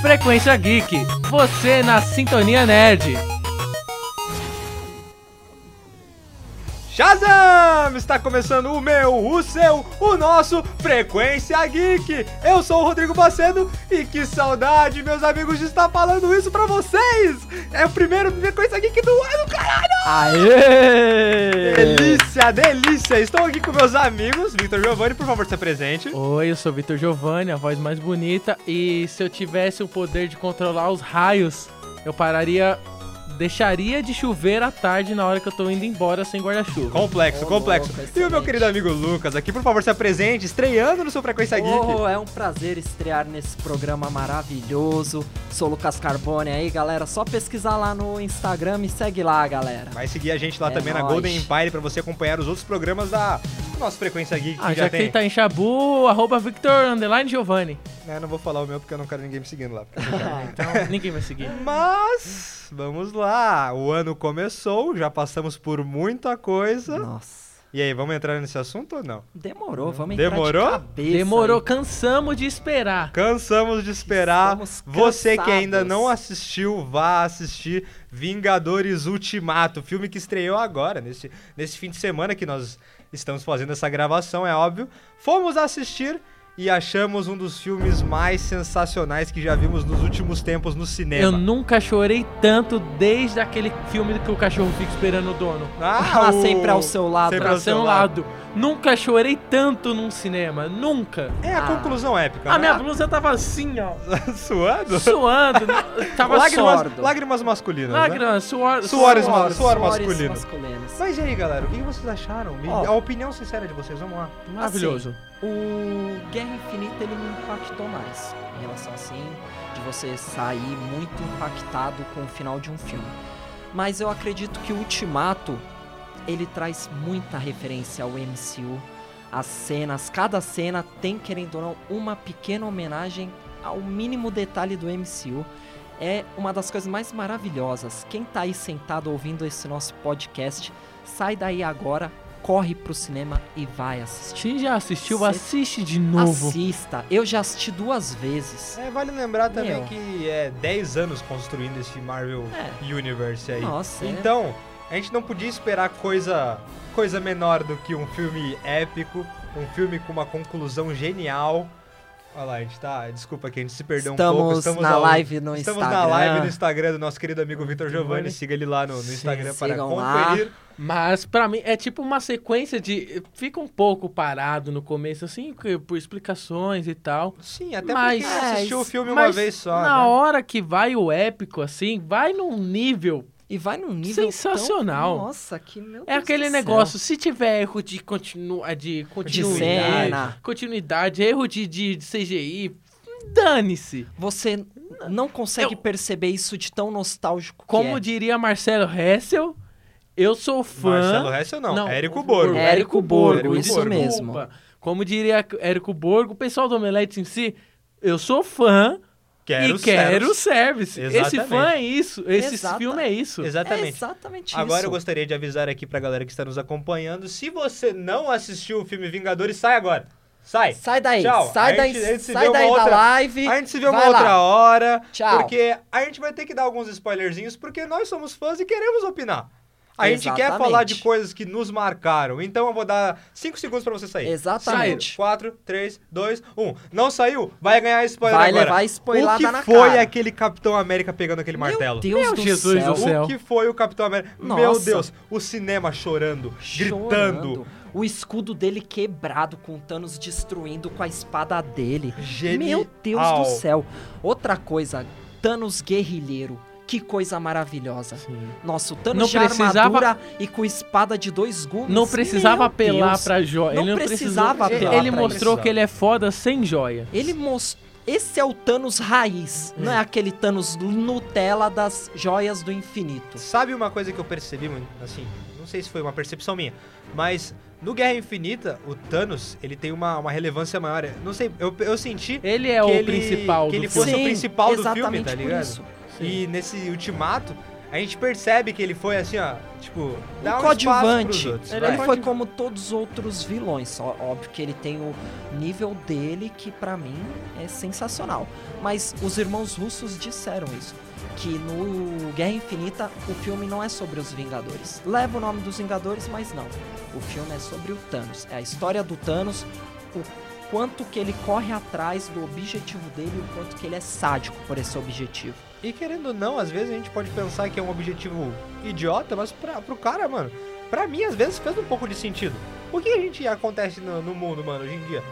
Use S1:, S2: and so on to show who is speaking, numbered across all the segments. S1: Frequência Geek, você na Sintonia Nerd.
S2: Shazam! Está começando o meu, o seu, o nosso Frequência Geek. Eu sou o Rodrigo Macedo e que saudade, meus amigos, de estar falando isso pra vocês. É o primeiro Frequência Geek do ano, caralho!
S1: Aê!
S2: Delícia, delícia! Estou aqui com meus amigos. Victor Giovanni, por favor, se apresente.
S1: Oi, eu sou Vitor Giovanni, a voz mais bonita. E se eu tivesse o poder de controlar os raios, eu pararia. Deixaria de chover à tarde na hora que eu tô indo embora sem guarda-chuva.
S2: Complexo,
S3: Ô,
S2: complexo.
S3: louco,
S2: e o meu
S3: excelente.
S2: querido amigo Lucas aqui, por favor, se apresente, estreando no seu Frequência Geek.
S3: Oh, é um prazer estrear nesse programa maravilhoso. Sou o Lucas Carbone aí, galera. Só pesquisar lá no Instagram e segue lá, galera.
S2: Vai seguir a gente lá
S3: É
S2: também na
S3: nóis.
S2: Golden Empire pra você acompanhar os outros programas da do nosso Frequência Geek.
S1: Ah,
S2: que
S1: já que ele tá em Xabu, arroba Victor Underline Giovanni.
S2: É, não vou falar o meu porque eu não quero ninguém me seguindo lá.
S1: Ah, então ninguém vai seguir.
S2: Mas vamos lá, o ano começou, já passamos por muita coisa.
S3: Nossa,
S2: E aí, vamos entrar nesse assunto ou não?
S3: demorou, vamos entrar
S2: Demorou?
S3: de cabeça.
S1: Demorou,
S3: aí.
S1: cansamos de esperar.
S2: Cansamos de esperar.
S3: Estamos
S2: Você que
S3: cansados.
S2: ainda não assistiu, vá assistir Vingadores Ultimato, filme que estreou agora, nesse, nesse fim de semana que nós estamos fazendo essa gravação, é óbvio. Fomos assistir e achamos um dos filmes mais sensacionais que já vimos nos últimos tempos no
S1: Eu
S2: cinema.
S1: nunca chorei tanto desde aquele filme que o cachorro fica esperando o dono.
S3: Ah, sempre ao seu lado.
S2: sempre
S1: Pra
S2: ao
S1: ser
S2: seu
S1: um
S2: lado.
S1: lado. Nunca chorei tanto num cinema. Nunca.
S2: É a
S3: Ah.
S2: conclusão épica.
S1: A
S2: né?
S1: minha blusa tava assim, ó.
S2: Suando?
S1: Suando. n- tava
S2: lágrimas,
S3: sordo.
S2: lágrimas masculinas. né?
S1: suando.
S2: Lágrimas.
S1: Lágrimas, suor.
S2: Suores
S1: suor.
S2: ma- suor
S3: Suores
S2: masculino.
S3: masculinos.
S2: Mas e aí, galera, o que vocês acharam? Me-
S3: Ó.
S2: A opinião sincera de vocês, vamos lá.
S1: Maravilhoso.
S3: O Guerra Infinita ele me impactou mais. Em relação assim, de você sair muito impactado com o final de um filme. Mas eu acredito que o Ultimato ele traz muita referência ao MCU. As cenas, cada cena tem, querendo ou não, uma pequena homenagem ao mínimo detalhe do MCU. É uma das coisas mais maravilhosas. Quem tá aí sentado ouvindo esse nosso podcast, sai daí agora, corre pro cinema e vai assistir.
S1: Se já assistiu,
S3: Cê-
S1: assiste de novo.
S3: Assista. Eu já assisti duas vezes.
S2: É, vale lembrar também
S3: Meu.
S2: que é 10 anos construindo esse Marvel
S3: É.
S2: Universe aí.
S3: Nossa, é.
S2: Então, a gente não podia esperar coisa, coisa menor do que um filme épico, um filme com uma conclusão genial. Olha lá, a gente tá. Desculpa que a gente se perdeu um pouco.
S3: estamos, na
S2: ao-
S3: live no
S2: Estamos
S3: Instagram.
S2: na live no Instagram do nosso querido amigo Vitor Giovanni. Siga ele lá no, no
S3: Sim,
S2: Instagram para
S3: sigam lá.
S2: conferir.
S1: Mas pra mim é tipo uma sequência de. Fica um pouco parado no começo, assim, que- por explicações e tal.
S2: Sim, até
S1: Mas-
S2: porque
S3: é,
S2: assistiu o filme uma
S1: Mas
S2: vez só.
S1: Na
S2: né?
S1: hora que vai o épico, assim, vai num nível
S3: E vai num nível
S1: Sensacional.
S3: tão- Nossa, que meu
S1: É
S3: Deus
S1: aquele
S3: do céu.
S1: negócio, se tiver erro de, continua, de
S3: de
S1: continuidade,
S3: cena.
S1: continuidade, erro de, de, de CGI, dane-se.
S3: Você não consegue
S1: Eu-
S3: perceber isso de tão nostálgico
S1: Como
S3: que é.
S1: diria Marcelo Hessel, eu sou fã...
S2: Marcelo Hessel não, Érico Borgo.
S3: Borgo. Érico Borgo,
S1: Érico
S3: isso
S1: Borgo.
S3: mesmo.
S1: Desculpa. Como diria Érico Borgo, o pessoal do Omelete em si, eu sou fã
S2: Quero
S1: e quero
S2: Ceros.
S1: service. Esse
S2: Exatamente.
S1: fã é isso, esse
S3: Exata-
S1: filme é isso.
S3: é. É
S2: Exatamente.
S3: exatamente isso.
S2: Agora eu gostaria de avisar aqui pra galera que está nos acompanhando. Se você não assistiu o filme Vingadores, sai agora. Sai.
S3: Sai daí,
S2: Tchau.
S3: sai
S2: A
S3: daí,
S2: gente- a gente se vê
S3: sai
S2: uma
S3: daí
S2: outra-
S3: da live.
S2: A gente se vê uma
S3: Vai lá.
S2: outra hora.
S3: Tchau.
S2: Porque a gente vai ter que dar alguns spoilerzinhos, porque nós somos fãs e queremos opinar. A gente quer
S3: Exatamente.
S2: falar de coisas que nos marcaram. Então eu vou dar 5 segundos pra você sair.
S3: Exatamente.
S2: 4, 3, 2, 1. Não saiu? Vai ganhar spoiler
S3: Vai
S2: agora.
S3: levar
S2: o
S3: spoilada
S2: que
S3: na
S2: foi
S3: cara.
S2: aquele Capitão América pegando aquele martelo?
S3: Meu Deus
S1: Meu
S3: do
S1: Jesus
S3: céu.
S1: do céu.
S2: O que foi o Capitão América? Meu
S3: Nossa.
S2: Deus, o cinema chorando, gritando.
S3: Chorando. O escudo dele quebrado, com o Thanos destruindo com a espada dele.
S2: Genial.
S3: Meu Deus do céu. Outra coisa, Thanos guerrilheiro. Que coisa maravilhosa. Nossa, o Thanos
S1: Não
S3: de
S1: precisava-
S3: armadura e com espada de dois gumes.
S1: Não precisava
S3: Meu
S1: apelar
S3: Deus.
S1: pra joia.
S3: Não
S1: ele não
S3: precisava
S1: precisou-
S2: apelar
S1: Ele
S2: pra
S1: mostrou
S2: isso.
S1: que ele é foda sem joia.
S3: Ele mostrou... Esse é o Thanos raiz,
S1: Hum.
S3: não é aquele Thanos Nutella das joias do infinito.
S2: Sabe uma coisa que eu percebi, mano? assim, não sei se foi uma percepção minha, mas no Guerra Infinita, o Thanos, ele tem uma, uma relevância maior. Não sei, eu, eu senti
S1: Ele é
S2: que
S1: o
S2: ele-
S1: principal
S2: que
S1: do
S2: ele
S1: filme.
S2: fosse o principal do filme,
S3: exatamente
S2: tá
S3: por
S2: ligado?
S3: isso.
S1: Sim.
S2: E nesse ultimato, A gente percebe que ele foi assim, ó, tipo, dá
S3: um
S2: um espaço pros
S3: coadjuvante.
S2: outros.
S1: Ele
S3: Ele,
S1: é
S2: vai.
S1: coadju-
S3: foi como todos os outros vilões. Só, óbvio que ele tem o nível dele que pra mim é sensacional. Mas os irmãos russos disseram isso. Que no Guerra Infinita o filme não é sobre os Vingadores. Leva o nome dos Vingadores, mas não. O filme é sobre o Thanos. É a história do Thanos, o quanto que ele corre atrás do objetivo dele e o quanto que ele é sádico por esse objetivo.
S2: E querendo ou não, às vezes a gente pode pensar que é um objetivo idiota, mas pra, pro cara, mano, pra mim às vezes fez um pouco de sentido. O que a gente acontece no, no mundo, mano, hoje em dia?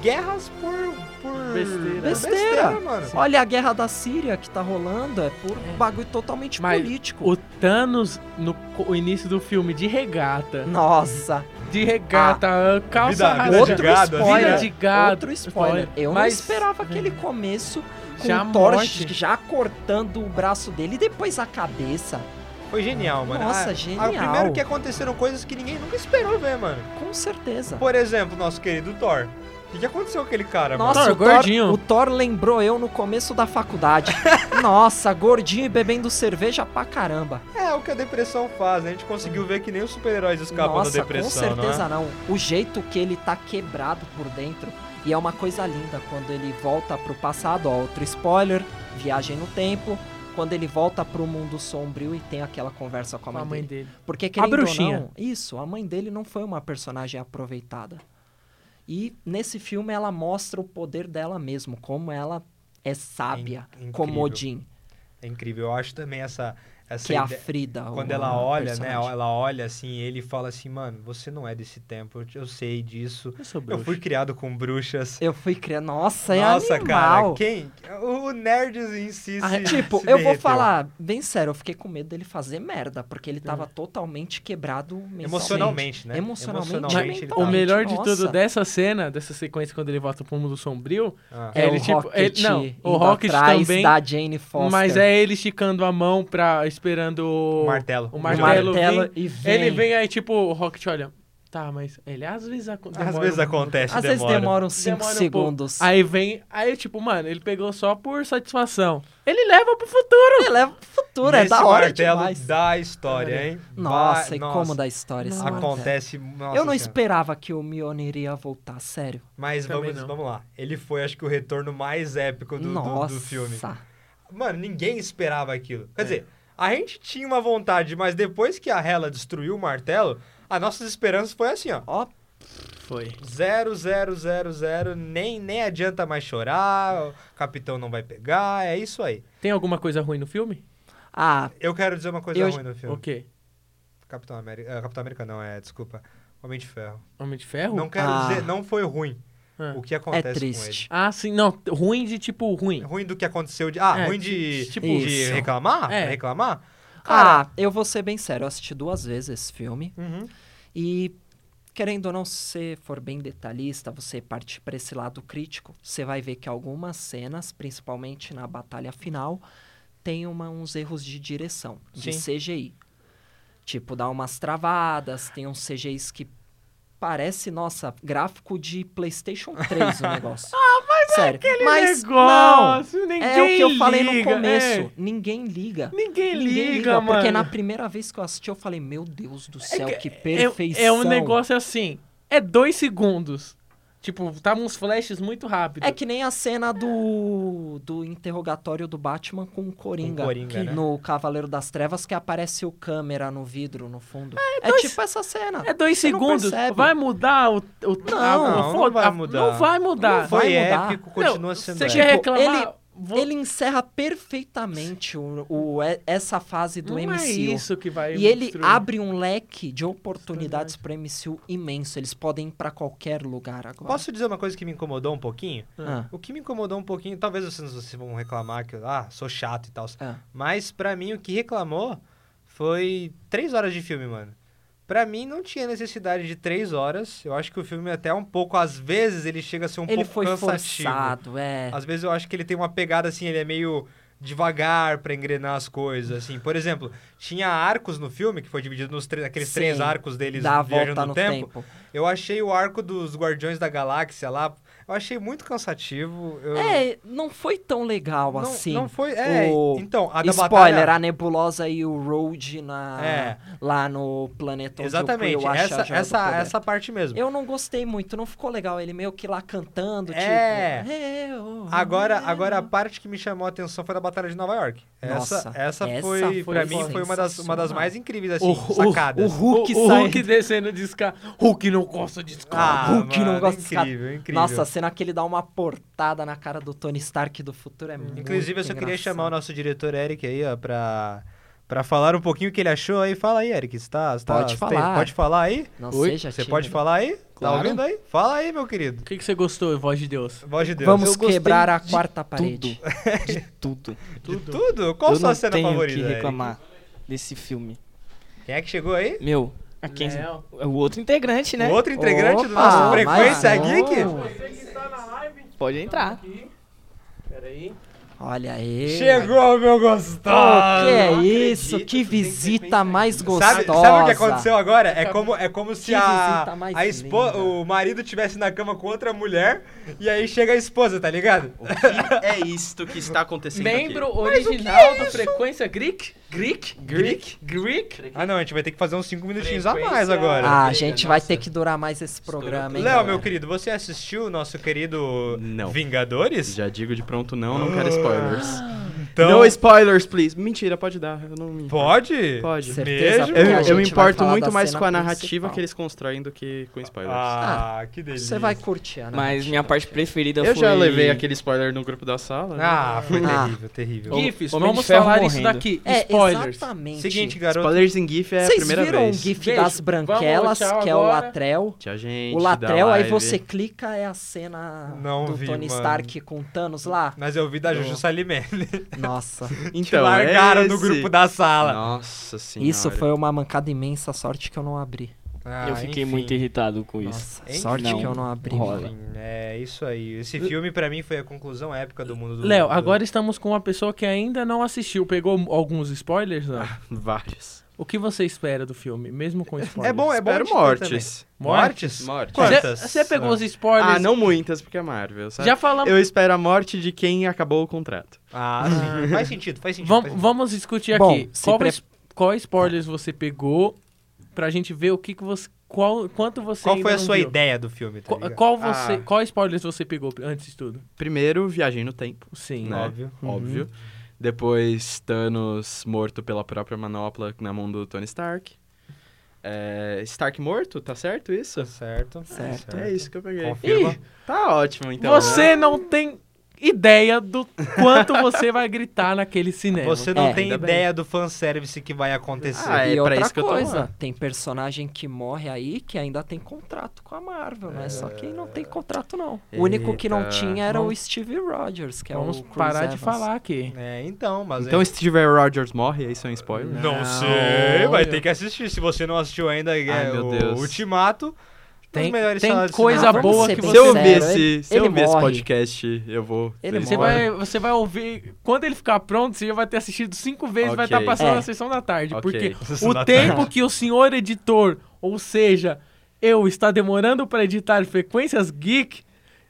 S2: Guerras por. por...
S1: Besteira.
S2: Besteira, mano.
S3: Olha a guerra da Síria que tá rolando, é por bagulho totalmente
S1: Mas
S3: político.
S1: O Thanos, no co- início do filme, de regata.
S3: Nossa,
S1: De regata, calça
S2: vida-
S1: rasga,
S3: outro
S2: de gado, assim,
S1: vida
S3: spoiler,
S1: de gado.
S3: outro spoiler. Eu
S1: Ah, Mas-
S3: não esperava aquele começo com
S1: Já
S3: o Thor
S1: morte.
S3: já cortando o braço dele e depois a cabeça.
S2: Foi genial, mano.
S3: Nossa,
S2: Ah,
S3: genial.
S2: ah, primeiro que aconteceram coisas que ninguém nunca esperou ver, mano.
S3: Com certeza.
S2: Por exemplo, nosso querido Thor. O que, que aconteceu com aquele cara,
S3: Nossa,
S1: Thor,
S3: o, Thor,
S1: gordinho.
S3: o Thor lembrou eu no começo da faculdade. Nossa, gordinho e bebendo cerveja pra caramba.
S2: mano? É o que a depressão faz, né? A gente conseguiu ver que nem os super-heróis escapam
S3: Nossa,
S2: da depressão,
S3: com
S2: não é?
S3: certeza não, O jeito que ele tá quebrado por dentro. E é uma coisa linda quando ele volta pro passado, ó, outro spoiler, viagem no tempo. Quando ele volta pro mundo sombrio e tem aquela conversa com a
S1: Com
S3: mãe,
S1: a mãe
S3: dele.
S1: dele.
S3: Porque querendo
S1: bruxinha.
S3: ou não, isso, a mãe dele não foi uma personagem aproveitada. E nesse filme ela mostra o poder dela mesmo, como ela é sábia,
S2: In- incrível.
S3: como Odin,
S2: É incrível. Eu acho também essa. essa
S3: que é a
S2: ideia-
S3: Frida.
S2: Quando
S3: o-
S2: ela
S3: a
S2: olha,
S3: personagem.
S2: né? Ela olha assim, ele e fala assim, mano, você não é desse tempo, eu- eu sei disso.
S1: Eu sou
S2: Eu
S1: bruxo.
S2: fui criado com bruxas.
S3: Eu fui criando, nossa, é
S2: Nossa, cara,
S3: animal.
S2: quem. O nerd em si
S3: Ah,
S2: se,
S3: tipo,
S2: se
S3: eu vou
S2: derreteu.
S3: falar bem sério, eu fiquei com medo dele fazer merda, porque
S1: É.
S3: ele tava totalmente quebrado mensalmente.
S2: Emocionalmente, né?
S3: Emocionalmente,
S2: Emocionalmente ele
S1: O
S2: tá-
S1: melhor de
S3: Nossa.
S1: tudo dessa cena, dessa sequência quando ele volta pro mundo sombrio,
S2: Ah.
S1: É, ele,
S3: o
S1: tipo,
S3: Rocket
S1: ele- não, o
S3: indo
S1: Rocket
S3: atrás
S1: também,
S3: da Jane Foster.
S1: mas é ele esticando a mão pra esperando o,
S2: O martelo.
S1: o
S2: O
S3: o
S1: martelo,
S3: martelo,
S1: vir.
S3: e vem.
S1: Ele vem aí tipo, o Rocket olha, tá, mas ele às vezes acon- demora.
S2: Às vezes
S1: um-
S2: acontece,
S3: Às vezes demoram 5
S1: demora um
S3: segundos.
S1: pouco. Aí vem, aí tipo, mano, ele pegou só por satisfação. Ele leva pro futuro.
S3: Ele leva pro futuro, é
S2: Nesse
S3: da hora
S2: martelo
S3: demais.
S2: da história, hein?
S3: Nossa,
S2: Vai-
S3: e como da história esse
S1: Nossa.
S3: martelo.
S2: Acontece. Nossa
S3: Eu não
S2: Senhora.
S3: esperava que o Mione iria voltar, sério.
S2: Mas
S1: Também
S2: vamos,
S1: não.
S2: vamos lá. Ele foi, acho que, o retorno mais épico do, do- do,
S3: Nossa.
S2: filme. Mano, ninguém esperava aquilo. Quer dizer, a gente tinha uma vontade, mas depois que a Hela destruiu o martelo, as nossas esperanças foi assim, ó.
S3: Ó,
S1: Foi.
S2: Zero, zero, zero, zero, nem, nem adianta mais chorar, o capitão não vai pegar, é isso aí.
S1: Tem alguma coisa ruim no filme?
S3: ah,
S2: Eu quero dizer uma coisa
S3: Eu-
S2: ruim no filme.
S1: O quê?
S2: Capitão América... ah, Capitão América não, é, desculpa. Homem de Ferro.
S1: Homem de Ferro?
S2: Não quero
S3: Ah.
S2: dizer, não foi ruim
S1: Ah.
S2: o que
S3: é
S2: acontece
S3: triste.
S1: Ah, sim, não, ruim de tipo
S2: com ele.
S1: ruim.
S2: Ruim do que aconteceu de... Ah,
S1: É,
S2: ruim
S1: ti-
S2: de,
S1: tipo-
S2: de
S3: Isso.
S2: reclamar?
S1: É.
S2: Reclamar? Cara,
S3: Ah, eu vou ser bem sério, eu assisti duas vezes esse filme
S2: uhum.
S3: e querendo ou não, se for bem detalhista, você parte para esse lado crítico, você vai ver que algumas cenas, principalmente na batalha final, tem uma- uns erros de direção, de
S2: Sim.
S3: CGI. Tipo, dá umas travadas, tem uns CGIs que parece, nossa, gráfico de PlayStation 3 o negócio. ah, mas
S1: é
S3: Sério.
S1: Aquele
S3: mas não.
S1: negócio, ninguém
S3: É o que eu falei no
S1: liga,
S3: começo,
S1: é.
S3: ninguém liga.
S1: Ninguém, liga,
S3: Ninguém
S1: mano.
S3: Porque na primeira vez que eu assisti, eu falei, meu Deus do céu, que,
S1: É-
S3: perfeição.
S1: É, um negócio assim. É dois segundos. Tipo, tava uns flashes muito rápido.
S3: É que nem a cena do, do interrogatório do Batman com o
S2: Com
S3: Coringa.
S2: o Coringa,
S3: que-
S2: né?
S3: No Cavaleiro das Trevas, que aparece o câmera no vidro, no fundo. É,
S1: dois-
S3: tipo essa cena.
S1: Ah, então É dois
S3: Você não
S1: segundos.
S3: percebe.
S1: Vai mudar o. o
S3: Não,
S1: a-
S2: não
S1: foda-
S2: vai
S1: a-
S2: mudar.
S1: Não vai mudar.
S3: Não vai
S2: Foi
S3: mudar.
S2: épico, continua
S1: Não,
S2: sendo
S1: Você
S2: épico.
S1: quer reclamar? Vou-
S3: Tipo, Ele encerra perfeitamente o, o- é- essa fase do
S1: não
S3: MCU.
S1: é isso que vai
S3: E ele
S1: destruir.
S3: abre um leque de oportunidades pro MCU imenso. Eles podem ir pra qualquer lugar agora.
S2: Posso dizer uma coisa que me incomodou um pouquinho?
S3: Ah,
S2: O que me incomodou um pouquinho, talvez vocês, vocês vão reclamar que eu ah, sou chato e tal.
S3: ah.
S2: Mas pra mim o que reclamou foi três horas de filme, mano. Pra mim não tinha necessidade de três horas. Eu acho que o filme até um pouco, às vezes ele chega a ser um
S3: ele
S2: pouco
S3: foi
S2: cansativo.
S3: forçado, é.
S2: Às vezes eu acho que ele tem uma pegada assim, ele é meio devagar pra engrenar as coisas, assim. Por exemplo, tinha arcos no filme que foi dividido nos três, aqueles três
S3: Sim,
S2: arcos deles
S3: Dá a
S2: viajando
S3: volta no
S2: tempo. Eu achei o arco dos Guardiões da Galáxia lá. Eu achei muito cansativo. eu-
S3: É, não foi tão legal
S2: não,
S3: assim.
S2: Não foi. É,
S3: o-
S2: então, a da
S3: Spoiler, ah,
S2: batalha.
S3: a nebulosa e o Road na,
S2: É.
S3: lá no planeta onde o
S2: Exatamente,
S3: Quill acha a
S2: essa,
S3: joia do
S2: essa,
S3: poder.
S2: essa parte mesmo.
S3: Eu não gostei muito, não ficou legal ele meio que lá cantando,
S2: É.
S3: tipo... "Eu
S2: Agora,
S3: amo".
S2: agora a parte que me chamou a atenção foi da Batalha de Nova York. Essa,
S3: Nossa,
S2: essa,
S3: essa
S2: foi,
S3: foi
S2: pra mim, foi uma das, uma das
S3: sensacional.
S2: mais incríveis, assim,
S1: O,
S2: sacadas.
S1: o, o Hulk, o, Hulk descendo de escada. Hulk não gosta de escada.
S2: Ah,
S3: Hulk não
S2: mano,
S3: gosta de escada.
S2: incrível, incrível.
S3: Nossa, é a cena que ele dá uma portada na cara do Tony Stark do futuro é
S4: Hum.
S3: muito
S2: Inclusive, eu só queria
S3: engraçado.
S2: chamar o nosso diretor Eric aí, ó, pra, pra falar um pouquinho o que ele achou aí. Fala aí, Eric. Você tá, você tá-
S3: Pode
S2: você
S3: falar.
S2: pode falar aí?
S3: Não
S1: Oi,
S3: seja
S2: Você
S3: tímido.
S2: pode falar aí?
S1: Claro.
S2: Tá ouvindo aí? Fala aí, meu querido.
S1: O que, que você gostou, voz de Deus?
S2: Voz de Deus.
S3: Vamos
S4: Eu gostei
S3: quebrar a
S4: de
S3: quarta parede.
S4: de tudo.
S2: De tudo? Qual
S4: eu
S2: sua
S4: não
S2: cena
S4: tenho
S2: favorita?
S4: que
S2: Eric?
S4: reclamar desse filme.
S2: Quem é que chegou aí?
S4: Meu, a quem
S1: Léo.
S4: é o outro integrante, né?
S2: O outro integrante do
S3: Opa,
S2: nosso
S3: mas
S2: Frequência
S3: não.
S2: Geek?
S4: Pode entrar.
S1: Peraí.
S3: Olha aí.
S2: Chegou, meu
S3: Pô,
S2: gostoso!
S3: é. que é
S1: não
S3: isso?
S1: acredito,
S3: Que
S1: tu tem
S3: visita
S1: sequência.
S3: mais
S2: Sabe,
S3: gostosa.
S2: sabe o que aconteceu agora? É como, é como se
S3: Que
S2: a,
S3: visita mais
S2: a espo-
S3: linda.
S2: o marido estivesse na cama com outra mulher e aí chega a esposa, tá ligado?
S5: O que é isto que está acontecendo
S1: Membro
S5: aqui?
S1: original do Frequência Greek? Greek?
S2: Greek?
S1: Greek?
S2: Ah não, a gente vai ter que fazer uns 5 minutinhos a
S5: Frequência.
S2: mais agora.
S3: Ah, a
S5: Eita,
S3: gente vai
S5: nossa.
S3: ter que durar mais esse programa, hein?
S2: Léo,
S3: galera?
S2: meu querido, você assistiu o nosso querido
S5: Não.
S2: Vingadores?
S5: Já digo de pronto não, não quero spoilers.
S2: Então,
S5: No spoilers, please. Mentira, pode dar. Eu não me importo.
S2: pode?
S5: Pode.
S3: Certeza,
S2: Mesmo?
S5: Eu,
S3: A gente
S5: eu me
S3: vai
S5: importo
S3: falar da
S5: muito mais
S3: cena
S5: com a narrativa
S3: principal.
S5: que eles constroem do que com spoilers.
S2: Ah, que delícia.
S3: Você vai curtir, né?
S4: Mas minha parte preferida
S5: eu
S4: foi...
S5: já levei aquele spoiler no grupo da sala. né?
S2: Ah, foi
S3: Ah.
S2: terrível, terrível.
S1: GIFs,
S4: Homem de
S1: vamos
S4: Ferro
S1: falar isso
S4: morrendo.
S1: daqui.
S3: É,
S1: Spoilers.
S3: exatamente.
S2: Seguinte, garoto.
S5: Spoilers em GIF é a
S3: Vocês
S5: primeira
S3: viram
S5: vez.
S3: o GIF
S1: Beijo,
S3: das branquelas,
S1: vamos, tchau
S3: que é o
S1: agora.
S3: Latrel?
S5: Tchau, gente.
S3: O
S5: da
S3: Latrel, aí
S5: live.
S3: você clica, é a cena
S2: Não
S3: do
S2: vi,
S3: Tony
S2: mano.
S3: Stark com o Thanos lá.
S2: Mas eu vi da Juju Salimene.
S3: Nossa,
S2: Te
S5: Então,
S2: largaram no
S5: esse-
S2: grupo da sala.
S5: Nossa senhora.
S3: isso foi uma mancada imensa, sorte que eu não abri.
S2: Ah,
S4: eu fiquei
S2: enfim.
S4: muito irritado com isso.
S3: Nossa,
S2: Enfim.
S3: sorte
S4: Não,
S3: que eu não abri.
S4: rola.
S3: mano.
S2: Enfim, é isso aí. Esse filme, pra mim, foi a conclusão épica do mundo do.
S1: Léo,
S2: do-
S1: agora estamos com uma pessoa que ainda não assistiu. Pegou m- alguns spoilers, não?
S5: Vários.
S1: O que você espera do filme, mesmo com spoilers?
S2: Ah. É bom, é bom.
S5: Espero
S2: de ter
S5: mortes.
S2: também. Mortes?
S5: Mortes.
S2: Quantas?
S1: Você pegou
S2: Ah.
S1: os spoilers?
S5: Ah, não muitas, porque é Marvel, sabe?
S1: Já falamos.
S5: Eu espero a morte de quem acabou o contrato.
S2: Ah, sim. faz sentido, faz sentido.
S1: Vam-
S2: faz sentido.
S1: vamos discutir
S3: Bom,
S1: aqui.
S3: se
S1: Qual,
S3: pre-
S1: es- qual spoilers você pegou pra gente ver o que, que você. Qual, quanto você.
S2: Qual
S1: ainda
S2: foi a
S1: não
S2: sua
S1: viu?
S2: ideia do filme? Tá
S1: Qu-
S2: ligado?
S1: qual, você,
S5: Ah.
S1: qual spoilers você pegou antes de tudo?
S5: Primeiro, viagem no tempo,
S1: Sim.
S5: né?
S2: Óbvio.
S5: Óbvio. Depois, Thanos morto pela própria manopla na mão do Tony Stark. É, Stark morto, tá certo isso?
S2: Tá Certo.
S3: Certo.
S5: É isso que eu peguei.
S2: Confirma.
S5: Ih, tá ótimo, então.
S1: você não tem ideia do quanto você vai gritar naquele cinema.
S2: Você não
S3: É,
S2: tem
S5: ainda bem.
S2: ideia do fanservice que vai acontecer.
S5: Ah, é
S3: e
S5: pra
S3: outra
S5: isso que eu tô
S3: coisa,
S5: lá.
S3: tem personagem que morre aí que ainda tem contrato com a Marvel, né? Só que não tem contrato, não. O único que não
S5: Eita.
S3: tinha era o
S1: Vamos-
S3: Steve Rogers, que é
S1: Vamos
S3: o Chris
S1: parar de
S3: Evans. Ah,
S1: falar aqui.
S2: É, então, mas.
S5: Então,
S2: é...
S5: se tiver Rogers morre, isso é um spoiler?
S2: Não,
S1: Não,
S2: sei, vai
S1: olha.
S2: ter que assistir. Se você não assistiu ainda, é
S5: Ai, meu
S2: o
S5: Deus.
S2: Ultimato.
S1: Tem-
S2: os melhores
S1: tem
S2: salários de
S1: coisa
S2: cinema.
S3: Vamos
S1: boa
S3: ser
S1: que
S3: bem
S1: você-
S5: Se eu
S3: sinceros,
S5: ouvir,
S3: ele-
S5: esse, se
S3: ele
S5: eu ouvir esse
S3: morre.
S5: podcast, eu vou.
S3: Ele
S1: Você
S3: morre.
S1: vai, você vai ouvir. Quando ele ficar pronto, você já vai ter assistido cinco vezes e vai
S5: Ok.
S1: estar passando
S3: É.
S1: na sessão da tarde.
S5: Ok.
S1: Porque
S2: Sessão
S1: o
S2: da
S1: tempo que o senhor editor, ou seja, eu, está demorando para editar frequências geek.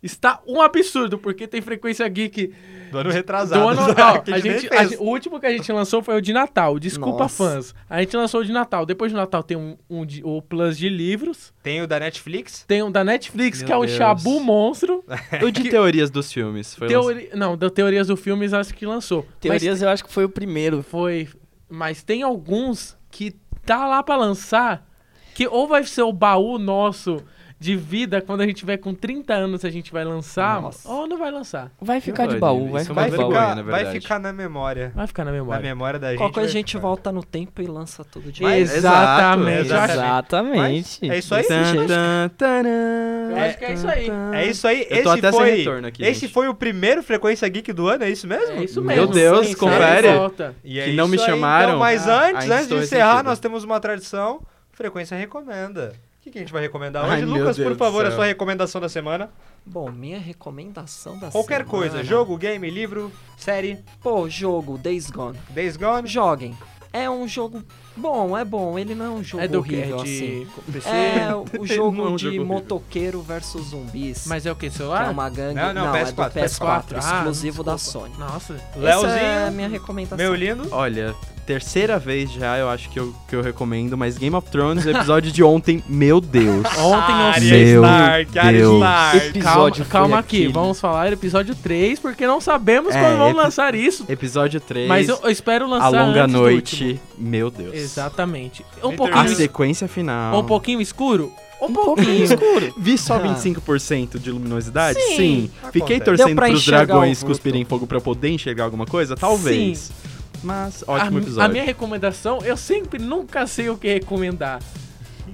S1: Está um absurdo, porque tem frequência geek
S2: Do ano
S1: do
S2: retrasado.
S1: ano.
S2: que
S1: Ó, a
S2: a gente nem
S1: gente, a
S2: fez.
S1: gente- o último que a gente lançou foi o de Natal. Desculpa,
S3: Nossa.
S1: fãs. A gente lançou o de Natal. Depois do Natal tem um, um de- o Plus de livros.
S2: Tem o da Netflix?
S1: Tem um da Netflix,
S5: Meu
S1: que é o
S5: Deus.
S1: Shabu Monstro.
S5: Eu de teorias dos filmes. Foi lançado-
S1: Teori... Não, da Teorias do Filmes, acho que lançou. Mas
S4: Teorias eu acho que foi o primeiro.
S1: Foi. Mas tem alguns que tá lá pra lançar que ou vai ser o baú nosso de vida quando a gente tiver com 30 anos a gente vai lançar
S3: Nossa.
S1: ou não vai lançar.
S4: Vai ficar de
S5: Olha,
S4: baú, vai
S5: isso é
S4: ficar
S5: uma
S2: Vai
S4: de baú.
S5: vergonha.
S2: ficar,
S5: na
S2: vai
S5: verdade.
S2: ficar na memória.
S1: Vai ficar na
S2: Na
S1: memória.
S2: memória da gente.
S3: Qualquer coisa
S2: vai
S3: a gente
S2: ficar.
S3: volta no tempo e lança tudo de
S5: Mas- é
S3: novo.
S1: Exatamente.
S2: Exato,
S1: Eu acho-
S4: é, Exatamente.
S2: Mas é isso aí,
S4: Desse
S5: Tan,
S4: jeito.
S5: tan,
S1: Eu
S5: taran.
S1: acho que é isso aí.
S2: É isso aí.
S5: Eu tô
S2: esse
S5: até sem
S2: foi,
S5: retorno aqui,
S2: Esse
S5: gente.
S2: foi o primeiro Frequência Geek do ano, é isso mesmo?
S1: É isso mesmo.
S5: Meu Deus,
S1: Sim,
S5: confere.
S1: sai e volta.
S2: E é
S5: Que não
S2: isso
S5: me
S2: aí,
S5: chamaram.
S2: então. mas
S1: Ah,
S2: antes,
S5: ainda
S2: antes de
S5: estou
S2: encerrar,
S5: ressentido.
S2: nós temos uma tradição. Frequência recomenda. O que, que a gente vai recomendar hoje?
S5: Ai, meu
S2: Lucas,
S5: Deus
S2: por
S5: do
S2: favor, a
S5: céu.
S2: sua recomendação da semana.
S3: Bom, minha recomendação da
S2: Qualquer
S3: semana-
S2: coisa, jogo, game, livro, série,
S3: Pô, jogo, Days Gone.
S2: Days Gone.
S3: Joguem. É um jogo bom, é bom. Ele não é um jogo
S1: é do que?
S3: horrível
S1: É
S3: assim.
S1: de PC?
S3: É o jogo
S5: Não é um
S3: de
S5: jogo horrível.
S3: motoqueiro versus zumbis.
S1: Mas é o que?
S3: que é
S1: Celular?
S3: uma gangue.
S2: Não, não,
S3: é
S2: PS4,
S3: do PS4,
S1: Ah,
S3: exclusivo da
S1: desculpa.
S3: Sony.
S1: Nossa.
S2: Leozinho,
S3: Essa é a minha recomendação.
S2: meu lindo.
S5: Olha, terceira vez já eu acho que eu, que eu recomendo, mas Game of Thrones, o episódio de ontem, meu Deus.
S1: Ontem eu
S2: Arya
S1: sei.
S5: Meu
S2: Stark, Arya
S5: Deus.
S2: Stark.
S4: Epi-
S1: Calma,
S4: episódio foi
S1: calma aqui,
S4: aquele.
S1: vamos falar episódio 3, porque não sabemos
S5: É,
S1: quando vão
S5: epi-
S1: lançar isso.
S5: Episódio 3,
S1: Mas eu, eu espero
S5: A
S1: lançar
S5: Longa
S1: antes do último.
S5: Noite, meu Deus.
S1: Exatamente. Um
S2: Winter
S5: A
S1: pouquinho,
S2: Night.
S1: es-
S5: sequência final.
S1: um pouquinho escuro? Um pouquinho.
S4: pouquinho escuro.
S5: Vi só
S3: Ah.
S5: 25% de luminosidade?
S3: Sim.
S5: Fiquei
S2: Acontece.
S5: torcendo
S3: Deu pra
S5: pros
S3: enxergar
S5: dragões
S3: o vulto.
S5: cuspirem fogo pra eu poder enxergar alguma coisa? Talvez. Mas, ótimo
S1: a,
S5: episódio.
S1: a minha recomendação, eu sempre nunca sei o que recomendar.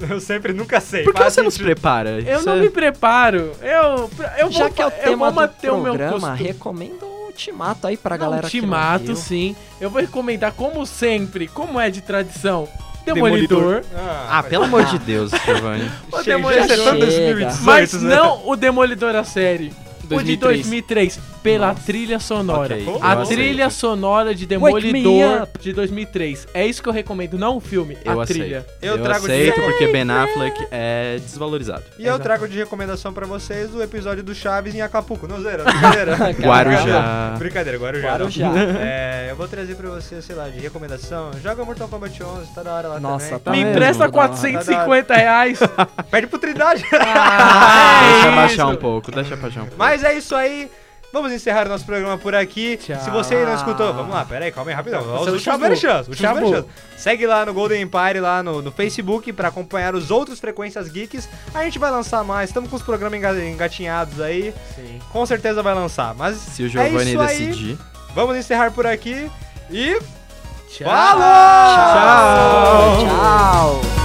S2: Eu sempre nunca sei.
S5: Por que
S2: Faz
S5: você não se
S2: sentido.
S5: prepara?
S1: Eu
S5: Isso
S1: não
S5: é-
S1: me preparo. Eu, eu vou,
S3: Já que é o
S1: eu vou
S3: tema do
S1: manter o meu
S3: programa,
S1: costume.
S3: recomendo o Ultimato aí pra
S1: Não,
S3: galera que não
S1: Ultimato,
S3: viu.
S1: sim. Eu vou recomendar, como sempre, como é de tradição, Demolidor.
S5: Ah,
S2: Ah,
S5: pelo amor de Deus, Giovanni.
S1: O
S2: chega,
S1: Demolidor.
S2: já é tão
S3: Chega.
S2: 2018,
S1: Mas
S2: né?
S1: não o Demolidor a série. O de
S4: 2003.
S1: 2003, pela trilha sonora.
S5: Ok,
S1: A
S5: eu aceito.
S1: trilha é sonora de
S3: Wake me
S1: Demolidor de 2003. É isso que eu recomendo, não o filme,
S5: Eu
S1: a
S5: aceito.
S1: trilha.
S2: Eu trago de-
S5: aceito porque Ben Affleck é desvalorizado.
S2: E eu
S1: Exato.
S2: trago de recomendação pra vocês o episódio do Chaves em Acapulco. Não, zoeira, brincadeira.
S5: Guarujá.
S2: Brincadeira, Guarujá.
S3: Guarujá.
S2: não. É, eu vou trazer pra vocês, sei lá, de recomendação. Joga Mortal Kombat 11, tá da hora lá
S3: Nossa,
S2: também.
S3: tá
S1: Me
S3: mesmo,
S1: empresta
S3: tá da hora.
S1: 450 reais.
S2: Perde pro Trindade.
S1: Ah,
S5: deixa
S1: é
S5: eu baixar um
S1: isso.
S5: pouco, deixa eu baixar um pouco.
S2: Mas é isso aí. Vamos encerrar nosso programa por aqui.
S1: Tchau.
S2: Se você não escutou, vamos lá, pera aí, calma aí, rapidão. Os
S1: é o
S2: últimos
S1: Chabu.
S2: merchans, últimos
S1: Chabu.
S2: merchans. Segue lá no Golden Empire, lá no, no Facebook, pra acompanhar os outros Frequências Geeks. A gente vai lançar mais, estamos com os programas enga- engatinhados aí.
S1: Sim.
S2: Com certeza vai lançar, mas
S5: Se o
S2: é
S5: Giovanni
S2: isso aí.
S5: decidir.
S2: Vamos encerrar por aqui e...
S1: Tchau.
S2: Falou!
S3: Tchau.